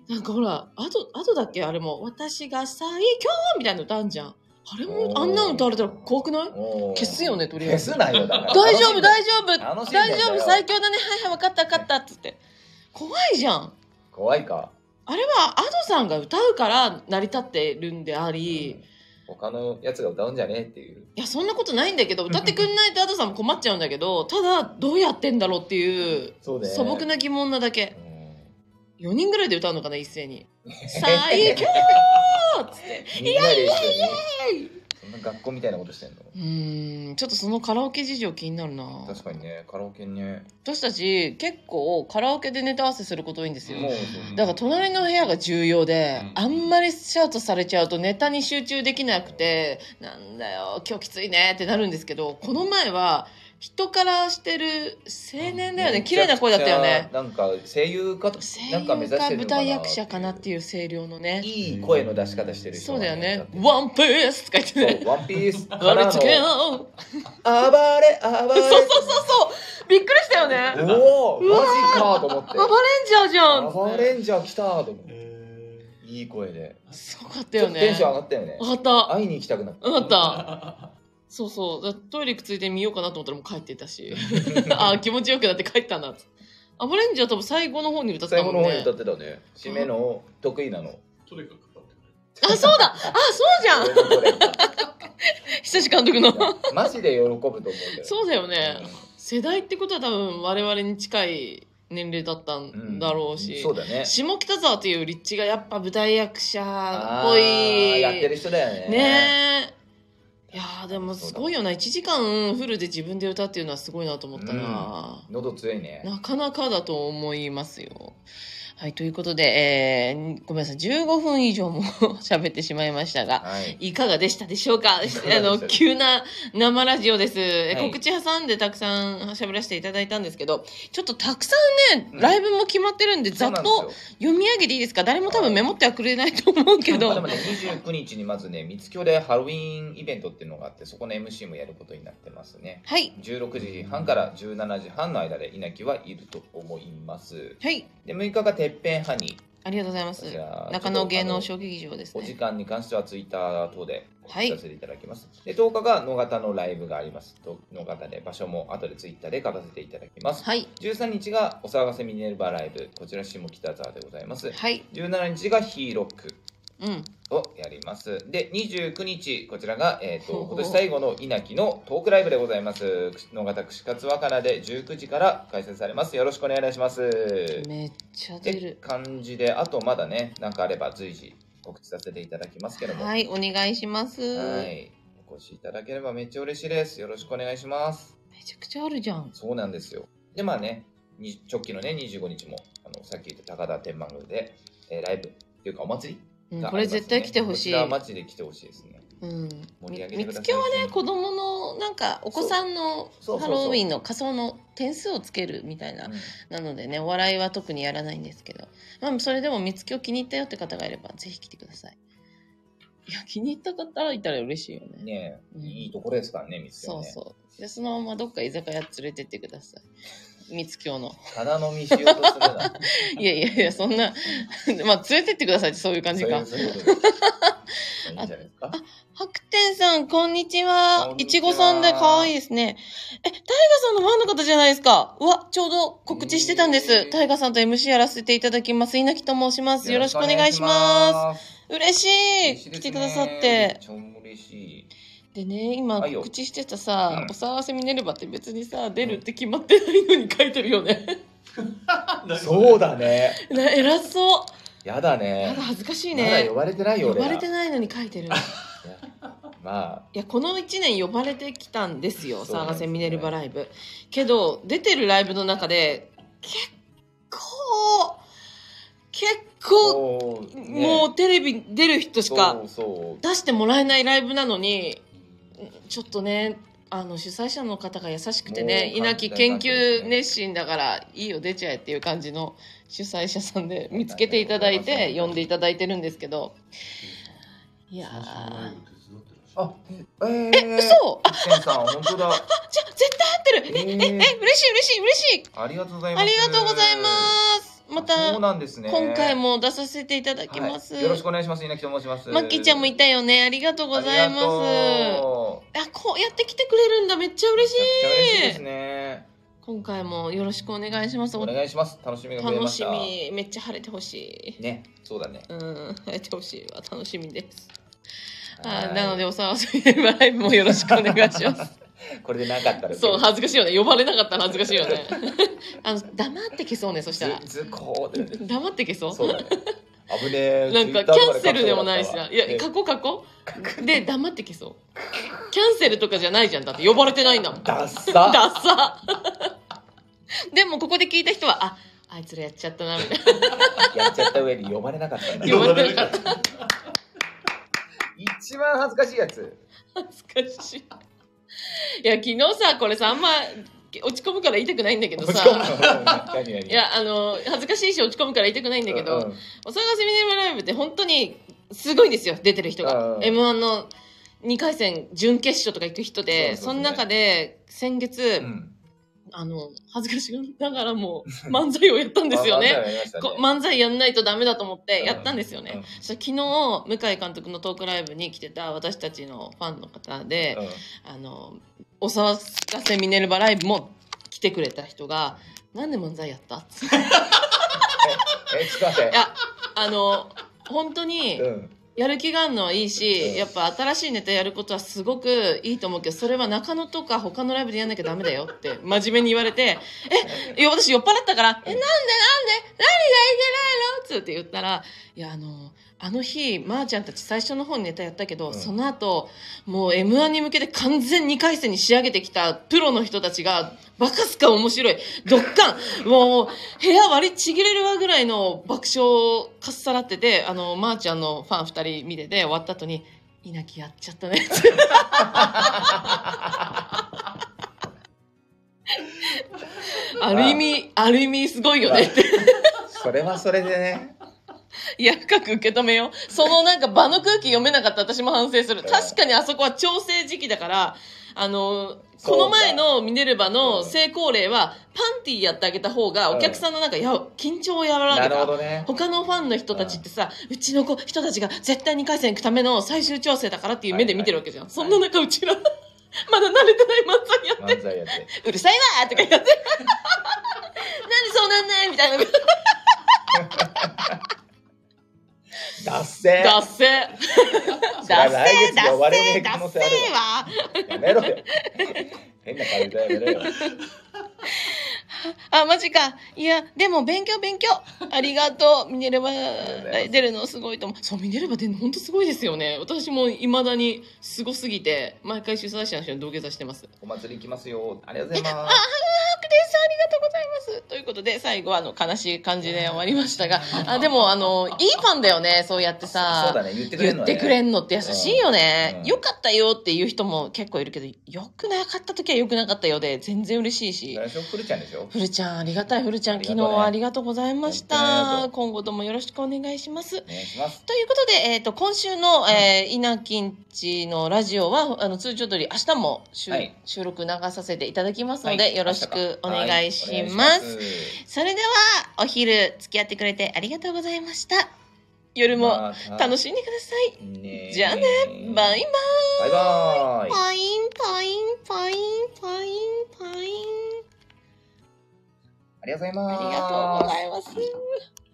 [SPEAKER 2] なんかほらあとあとだっけあれも「私が最強」みたいなの歌あんじゃんあれもあんなの歌われたら怖くない
[SPEAKER 1] おー
[SPEAKER 2] 消すよねとりあえ
[SPEAKER 1] 消
[SPEAKER 2] ず
[SPEAKER 1] すなよだから
[SPEAKER 2] 大丈夫大
[SPEAKER 1] 丈
[SPEAKER 2] 丈夫
[SPEAKER 1] 楽しんでんだ
[SPEAKER 2] 大
[SPEAKER 1] よ
[SPEAKER 2] 丈夫最強だねはいはい分かった分かったっつって怖いじゃん
[SPEAKER 1] 夫怖いか
[SPEAKER 2] あれは Ado さんが歌うから成り立ってるんであり、
[SPEAKER 1] 他のやつが歌うんじゃねえっていう
[SPEAKER 2] いやそんなことないんだけど歌ってくんないと Ado さんも困っちゃうんだけどただどうやってんだろうっていう
[SPEAKER 1] そう
[SPEAKER 2] 素朴な疑問なだけ
[SPEAKER 1] うん
[SPEAKER 2] 4人ぐらいで歌うのかな一斉
[SPEAKER 1] [LAUGHS]
[SPEAKER 2] に「最強!」っつって
[SPEAKER 1] みんなで
[SPEAKER 2] イエ
[SPEAKER 1] 一緒
[SPEAKER 2] イイエ
[SPEAKER 1] にそんな学校みたいなことしてんの
[SPEAKER 2] うーんちょっとそのカラオケ事情気になるな
[SPEAKER 1] 確かにねカラオケね
[SPEAKER 2] 私たち結構カラオケでネタ合わせすること多いんですよ
[SPEAKER 1] もう
[SPEAKER 2] だから隣の部屋が重要で、
[SPEAKER 3] うん
[SPEAKER 2] あんまりシャウトされちゃうとネタに集中できなくて、なんだよ今日きついねってなるんですけどこの前は人からしてる青年だよね、綺麗な声だったよね
[SPEAKER 1] なんか声優かと
[SPEAKER 2] 声
[SPEAKER 1] な
[SPEAKER 2] 優
[SPEAKER 1] んか目指し
[SPEAKER 2] か
[SPEAKER 1] てる
[SPEAKER 2] 舞
[SPEAKER 1] のかな
[SPEAKER 2] 台役者かなっていう声量のね
[SPEAKER 1] いい声の出し方してる人
[SPEAKER 2] そうだよね「
[SPEAKER 1] ワ
[SPEAKER 2] ワンピース」とか言って
[SPEAKER 1] ン
[SPEAKER 2] ね
[SPEAKER 1] ワンピー
[SPEAKER 2] 「
[SPEAKER 1] スか
[SPEAKER 2] あ
[SPEAKER 1] ら
[SPEAKER 2] れ
[SPEAKER 1] の [LAUGHS]
[SPEAKER 2] つけよう
[SPEAKER 1] 暴れ暴れ
[SPEAKER 2] そうそうそうそうびっくりしたよね
[SPEAKER 1] おお
[SPEAKER 2] うわ
[SPEAKER 1] マジかと思って
[SPEAKER 2] 暴れんじゃうじゃん
[SPEAKER 1] パワーレンジャー来たと思って
[SPEAKER 3] え
[SPEAKER 1] いい声で、
[SPEAKER 2] すごかった
[SPEAKER 1] ちょ
[SPEAKER 2] よ
[SPEAKER 1] っと
[SPEAKER 2] ね
[SPEAKER 1] テンション上がったよね
[SPEAKER 2] 上がった
[SPEAKER 1] 会いに行きたくなった
[SPEAKER 2] 上がった
[SPEAKER 3] た。
[SPEAKER 2] そうそうだトイレくっついてみようかなと思ったらもう帰ってた
[SPEAKER 1] [LAUGHS]
[SPEAKER 2] しあー気持ちよくなって帰ったなってアボレンジは多分最後の方に歌って
[SPEAKER 1] 最
[SPEAKER 2] た
[SPEAKER 1] 後
[SPEAKER 2] も
[SPEAKER 1] の
[SPEAKER 2] ん
[SPEAKER 1] 方に
[SPEAKER 2] ね
[SPEAKER 1] 歌ってたね締めの得意なの
[SPEAKER 3] とにかく歌ってくれる。
[SPEAKER 2] あそうだあそうじゃん久志監督の
[SPEAKER 1] マジで喜ぶと思うんだよ
[SPEAKER 2] そうだよね世代ってことは多分我々に近い年齢だったんだろうし、
[SPEAKER 1] んそうだね
[SPEAKER 2] 下北沢という立地がやっぱ舞台役者っ
[SPEAKER 1] あ
[SPEAKER 2] ぽ
[SPEAKER 1] ー
[SPEAKER 2] い
[SPEAKER 1] やってる人だよね
[SPEAKER 2] ねえいやーでもすごいよな1時間フルで自分で歌っていうのはすごいなと思ったな、
[SPEAKER 1] 喉強いね
[SPEAKER 2] なかなかだと思いますよ。はい、ということで、えーごめんなさい、15分以上も [LAUGHS] 喋ってしまいましたが、
[SPEAKER 1] はい
[SPEAKER 2] いかがでしたでしょうか
[SPEAKER 1] いかがで
[SPEAKER 2] あ
[SPEAKER 1] した
[SPEAKER 2] の、急な生ラジオです。え
[SPEAKER 1] はい
[SPEAKER 2] 告知挟んでたくさん喋らせていただいたんですけど、ちょっとたくさんね
[SPEAKER 1] う、ん
[SPEAKER 2] ライブも決まってるんで、ざっ
[SPEAKER 1] そうなん
[SPEAKER 2] と
[SPEAKER 1] ですよ
[SPEAKER 2] 読み上げていいですか誰も多分メモってはくれないと思うけ
[SPEAKER 1] で
[SPEAKER 2] ど
[SPEAKER 1] も。ね29日にまずね三つ京でハロウィーンイベントっていうのがあってそこの MC もやることになってますね
[SPEAKER 2] はい、
[SPEAKER 1] 16時半から17時半の間で稲木はいると思います
[SPEAKER 2] はい、
[SPEAKER 1] で6日がてっぺんハニー
[SPEAKER 2] ありがとうございま
[SPEAKER 1] こ
[SPEAKER 2] す
[SPEAKER 1] ち。ら
[SPEAKER 2] 中野芸能
[SPEAKER 1] ちょ
[SPEAKER 2] 小劇場で
[SPEAKER 1] っ
[SPEAKER 2] す
[SPEAKER 1] とあのお時
[SPEAKER 2] ね。
[SPEAKER 1] 間に関してはツイッター等でお
[SPEAKER 2] はい
[SPEAKER 1] 知らせていただきます、で10日が野方のライブがありますと野方で場所も後でツイッターで書かせていただきます
[SPEAKER 2] はい、
[SPEAKER 1] 13日がお騒がせミネルバライブこちら下北沢でございます
[SPEAKER 2] はい、
[SPEAKER 1] 17日がヒーロック
[SPEAKER 2] うん、
[SPEAKER 1] をやります。で、29日、こちらが、え
[SPEAKER 2] ほ
[SPEAKER 1] っ、
[SPEAKER 2] う
[SPEAKER 1] と、
[SPEAKER 2] ほう
[SPEAKER 1] 今年最後の稲城のトークライブでございます。野方串カツ若菜で19時から開催されます。よろしくお願いします。
[SPEAKER 2] めっちゃ出
[SPEAKER 1] で
[SPEAKER 2] る。
[SPEAKER 1] 感じで、あとまだね、なんかあれば随時告知させていただきますけども。
[SPEAKER 2] は
[SPEAKER 1] はい
[SPEAKER 2] い、お願いします。
[SPEAKER 1] お越しいただければめっちゃ嬉しいです。よろしくお願いします。
[SPEAKER 2] めちゃくちゃあるじゃん。
[SPEAKER 1] そうなんですよ。で、まあね、に直近のね、25日も、あの、さっき言った高田天満宮で、えーライブっていうかお祭り
[SPEAKER 2] うん
[SPEAKER 1] がありますね、
[SPEAKER 2] これ絶対来てほしい。
[SPEAKER 1] こちらマジで来てほしいですね。
[SPEAKER 2] うん。
[SPEAKER 1] 盛り
[SPEAKER 2] み
[SPEAKER 1] 上げて
[SPEAKER 2] み
[SPEAKER 1] くださ
[SPEAKER 2] つ
[SPEAKER 1] い
[SPEAKER 2] きはね、子供のなんかお子さんの
[SPEAKER 1] そうそうそう
[SPEAKER 2] ハ
[SPEAKER 1] そう
[SPEAKER 2] ロウィンの仮装の点数をつけるみたいな。
[SPEAKER 1] うん
[SPEAKER 2] なのでね、お笑いは特にやらないんですけど、まあそれでもみつきを気に入ったよって方がいればぜひ来てください。いや気に入った方いたら嬉しいよね。
[SPEAKER 1] ねえ、
[SPEAKER 2] うん
[SPEAKER 1] いいところですからね、三つ
[SPEAKER 2] そ
[SPEAKER 1] 京
[SPEAKER 2] う
[SPEAKER 1] ね。
[SPEAKER 2] そう。でそのままどっか居酒屋連れてってくださ
[SPEAKER 1] [LAUGHS]
[SPEAKER 2] い。みつきおの。
[SPEAKER 1] ただ飲みしようとするな。
[SPEAKER 2] いやいやいやそんな [LAUGHS] まあ連れてってくださいってそういう感じか。
[SPEAKER 1] そういうそういうことですいいんじゃないですか。
[SPEAKER 2] 白天さん、こんにちは
[SPEAKER 1] こ。ん
[SPEAKER 2] い
[SPEAKER 1] に
[SPEAKER 2] ち
[SPEAKER 1] ちは
[SPEAKER 2] ごさんで可愛いですね。え、タイガさんのファンの方じゃないですか。うわ、ちょうど告知してたんで
[SPEAKER 1] え
[SPEAKER 2] す。
[SPEAKER 1] ー。
[SPEAKER 2] タイガさんと MC やらせていただきます。稲木と申します。よろしくお願いしますす。嬉
[SPEAKER 1] 嬉
[SPEAKER 2] し
[SPEAKER 1] し
[SPEAKER 2] い。
[SPEAKER 1] い
[SPEAKER 2] 来て
[SPEAKER 1] ですね
[SPEAKER 2] くださっ。
[SPEAKER 1] めってちゃ嬉しい。
[SPEAKER 2] でね、今
[SPEAKER 1] はいよ
[SPEAKER 2] 告知してたさ、
[SPEAKER 1] うん
[SPEAKER 2] お騒がせミネルバって別にさ、出るって決まってないのに書いてるよね。
[SPEAKER 1] そうだね。
[SPEAKER 2] [LAUGHS] な偉そう。
[SPEAKER 1] やだ
[SPEAKER 2] や
[SPEAKER 1] ね
[SPEAKER 2] だ。恥ずかしい
[SPEAKER 1] まだ
[SPEAKER 2] ね
[SPEAKER 1] 呼ばれてないよ
[SPEAKER 2] 呼
[SPEAKER 1] 俺ら。
[SPEAKER 2] ばれてないのに書いてるい
[SPEAKER 1] [LAUGHS] いやま
[SPEAKER 2] やこの1年呼ばれてきたんですよ
[SPEAKER 1] そう
[SPEAKER 2] 騒
[SPEAKER 1] なんですね
[SPEAKER 2] がせミネルバライブけど出てるライブの中で結構結
[SPEAKER 1] あ、
[SPEAKER 2] 構
[SPEAKER 1] もう
[SPEAKER 2] もうテレビ出る人しか
[SPEAKER 1] そうそう
[SPEAKER 2] 出してもらえないライブなのにちょっとねあの主催者の方が優しくてね
[SPEAKER 1] もう
[SPEAKER 2] 稲
[SPEAKER 1] 感じ
[SPEAKER 2] 木
[SPEAKER 1] た
[SPEAKER 2] 研
[SPEAKER 1] 感じですね
[SPEAKER 2] 究熱心だからいいよ出ちゃえっていう感じの主催者さんで見つけていただい
[SPEAKER 1] あり
[SPEAKER 2] て
[SPEAKER 1] がとうございます
[SPEAKER 2] 呼んでいただいてるんですけどいやー
[SPEAKER 1] あ
[SPEAKER 3] あ、
[SPEAKER 1] えー、え
[SPEAKER 2] 嘘あ
[SPEAKER 1] ケンさん本当だ。
[SPEAKER 2] じゃあ絶対合ってるえ
[SPEAKER 1] え
[SPEAKER 2] え嬉しい嬉しい嬉しい
[SPEAKER 1] ありがとうございます。
[SPEAKER 2] ありがとうございますま
[SPEAKER 1] そう
[SPEAKER 2] た
[SPEAKER 1] なんですね。
[SPEAKER 2] 今回も出させていただきます、
[SPEAKER 1] はいよろしくお願いします。稲木と申します。
[SPEAKER 2] マッキーちゃんもいたよねありがとうございます
[SPEAKER 1] ありがとう
[SPEAKER 2] あこうやって来てくれるんだめっちゃ嬉しい
[SPEAKER 1] めちゃくちゃ嬉しいですね。
[SPEAKER 2] 今回もよろしくお願いします
[SPEAKER 1] お願いします。楽しみが増えま
[SPEAKER 2] 楽
[SPEAKER 1] し。
[SPEAKER 2] したみめっちゃ晴れてほしい
[SPEAKER 1] ね、そうだね。
[SPEAKER 2] うん晴れてほしいは楽しみです
[SPEAKER 1] は
[SPEAKER 2] あ
[SPEAKER 1] い
[SPEAKER 2] なのでお騒がせバライブもよろしくお願い
[SPEAKER 1] [LAUGHS]
[SPEAKER 2] します
[SPEAKER 1] これでなかったら
[SPEAKER 2] そう恥ずかしいよね呼ばれなかったら恥ずかしいよねあの黙って消そうねそしたら
[SPEAKER 1] ずずこーって。
[SPEAKER 2] 黙って消そ
[SPEAKER 1] そう
[SPEAKER 2] う
[SPEAKER 1] だね。危ねえ。
[SPEAKER 2] なんか
[SPEAKER 1] Twitter
[SPEAKER 2] キャ
[SPEAKER 1] と
[SPEAKER 2] ン
[SPEAKER 1] で
[SPEAKER 2] セ
[SPEAKER 1] 書
[SPEAKER 2] ル
[SPEAKER 1] き
[SPEAKER 2] で
[SPEAKER 1] そう
[SPEAKER 2] も
[SPEAKER 1] だったわ
[SPEAKER 2] ないしないや
[SPEAKER 1] ね
[SPEAKER 2] 過去過去で黙って消そうキャンセルとかじゃないじゃんだって呼ばれてないんだもん
[SPEAKER 1] ダッサ
[SPEAKER 2] ダッサ [LAUGHS] でもここで聞いた人はああいつらやっちゃったなみたいな
[SPEAKER 1] やっちゃった上に呼ばれなかったんだ
[SPEAKER 2] 呼ばれて
[SPEAKER 3] なかった。
[SPEAKER 1] 一番恥ずかしいやつ
[SPEAKER 2] 恥ずかしいいや昨日さこれさあんま落ち込むから言いたくないんだけど
[SPEAKER 1] 落ち込む
[SPEAKER 2] さ
[SPEAKER 1] の何何
[SPEAKER 2] いやあの恥ずかしいし落ち込むから言いたくないんだけど、
[SPEAKER 1] うんう
[SPEAKER 2] お
[SPEAKER 1] ん
[SPEAKER 2] 騒がせミネルバライブって本当にすごいんですよ出てる人
[SPEAKER 1] う
[SPEAKER 2] が
[SPEAKER 1] ん
[SPEAKER 2] m 1の2回戦準決勝とか行く人でそ
[SPEAKER 1] そうそうそう
[SPEAKER 2] の中で先月、
[SPEAKER 1] うん
[SPEAKER 2] あの恥ずかしながらも [LAUGHS] 漫才をやったんですよ
[SPEAKER 1] あ漫才
[SPEAKER 2] ね
[SPEAKER 1] やりましたね
[SPEAKER 2] こ漫才やんないとダメだと思ってやったんですよ
[SPEAKER 1] うん
[SPEAKER 2] ね、そしたら昨日向井監督のトークライブに来てた私たちのファンの方で、
[SPEAKER 1] うん
[SPEAKER 2] あの、お騒がせミネルバライブも来てくれた人が、なんで漫才やったっつって。い
[SPEAKER 1] えちょっと待って
[SPEAKER 2] や、あの、本当に
[SPEAKER 1] うん
[SPEAKER 2] やる気があるのはいい
[SPEAKER 1] うん
[SPEAKER 2] し、やっぱ新しいネタやることはすごくいいと思うけど、それは中野とか他のライブでやんなきゃダメだよって [LAUGHS] 真面目に言われて、え、いや私酔っ払ったから、え、なんでなんで何がいけないのっつって言ったら、いや、あの、あの日、まー、ちゃんたち最初の方にネタやったけど、
[SPEAKER 1] うん
[SPEAKER 2] その後、もう M1 に向けて完全2回戦に仕上げてきたプロの人たちが、バカすか面白い、ドッカン、もう、部屋割りちぎれるわぐらいの爆笑をかっさらってて、あの、まー、ちゃんのファン2人見てて、終わった後に、稲木やっちゃったねって。
[SPEAKER 1] [LAUGHS]
[SPEAKER 2] ある意味、ある意味すごいよねって。
[SPEAKER 1] それはそれでね
[SPEAKER 2] いや、深く受け止めよう。そのなんか場の空気読めなかった私も反省する。確かにあそこは調整時期だから、あの、
[SPEAKER 1] そう
[SPEAKER 2] こ
[SPEAKER 1] か
[SPEAKER 2] の前のミネルヴァの
[SPEAKER 1] うん
[SPEAKER 2] 成功例は、パンティやってあげた方が、お客さんのなんか、いや、緊張を和ら
[SPEAKER 1] な
[SPEAKER 2] げ
[SPEAKER 1] るほ
[SPEAKER 2] た。
[SPEAKER 1] どね
[SPEAKER 2] 他のファンの人たちってさ、うちの子、人たちが絶対2回戦行くための最終調整だからっていう目で見てるわけじゃん。
[SPEAKER 1] い
[SPEAKER 2] そんな中、うちら、 [LAUGHS] まだ慣れてない漫才やって
[SPEAKER 1] 漫才やって
[SPEAKER 2] うるさいわーとか言って [LAUGHS] なんでそうなんないみたいな
[SPEAKER 1] ダッセ
[SPEAKER 2] ダッセ
[SPEAKER 1] [LAUGHS] 知
[SPEAKER 2] ダ
[SPEAKER 1] ら
[SPEAKER 2] ッ
[SPEAKER 1] ない
[SPEAKER 2] セ
[SPEAKER 1] や
[SPEAKER 2] ダ
[SPEAKER 1] つ呼ば
[SPEAKER 2] ッ
[SPEAKER 1] れね
[SPEAKER 2] セ
[SPEAKER 1] え
[SPEAKER 2] ダ
[SPEAKER 1] 可能
[SPEAKER 2] ッセ
[SPEAKER 1] 性あ
[SPEAKER 2] ーわ
[SPEAKER 1] るやめろよ変な感じだよやめろよ
[SPEAKER 2] あマジかいやでも勉強
[SPEAKER 1] [LAUGHS]
[SPEAKER 2] 勉強ありがとうミネルヴァ出るのすごいと思うそうミネルヴァ出るの本当すごいですよね私もいまだにすごすぎて毎回主催者の人に土下座してます
[SPEAKER 1] お祭り行きますよありがとうございま
[SPEAKER 2] あハークですありがとうございますということで最後はあの悲しい感じで終わりましたがあでもあのいいファンだよねそうやってさ
[SPEAKER 1] すそうだね言ってくれる
[SPEAKER 2] 言
[SPEAKER 1] の
[SPEAKER 2] っ
[SPEAKER 1] はね
[SPEAKER 2] てくれんのって優しいよね
[SPEAKER 1] う。ん
[SPEAKER 2] 良、かったよっていう人も結構いるけど、良くなかった時は良くなかったよで、全然嬉しいし。
[SPEAKER 1] 来週フルちゃんでしょ
[SPEAKER 2] ふるちゃん、ありがたい。ふるちゃん、
[SPEAKER 1] あり
[SPEAKER 2] 昨日
[SPEAKER 1] がとうね
[SPEAKER 2] はありがとうございまし
[SPEAKER 1] 本当にありが
[SPEAKER 2] た
[SPEAKER 1] と。う
[SPEAKER 2] 今後ともよろしくお願いします。
[SPEAKER 1] お願いします
[SPEAKER 2] ということで、えっ、と、今週の、えー、稲きんちのラジオは、あの、通常通り、明日も収,、
[SPEAKER 1] はい
[SPEAKER 2] 収録流させていただきますので、
[SPEAKER 1] はい
[SPEAKER 2] よろしくお願いし
[SPEAKER 1] はいお
[SPEAKER 2] ま
[SPEAKER 1] 願い
[SPEAKER 2] す。それでは、お昼、付き合ってくれてありがとうございました。夜も、楽
[SPEAKER 1] し
[SPEAKER 2] しんでください。
[SPEAKER 1] いね
[SPEAKER 2] じゃあねバイバイ。
[SPEAKER 1] バイバイ
[SPEAKER 2] パインパインパインパインパイン
[SPEAKER 1] ありがとうございます
[SPEAKER 2] ありがとうございます。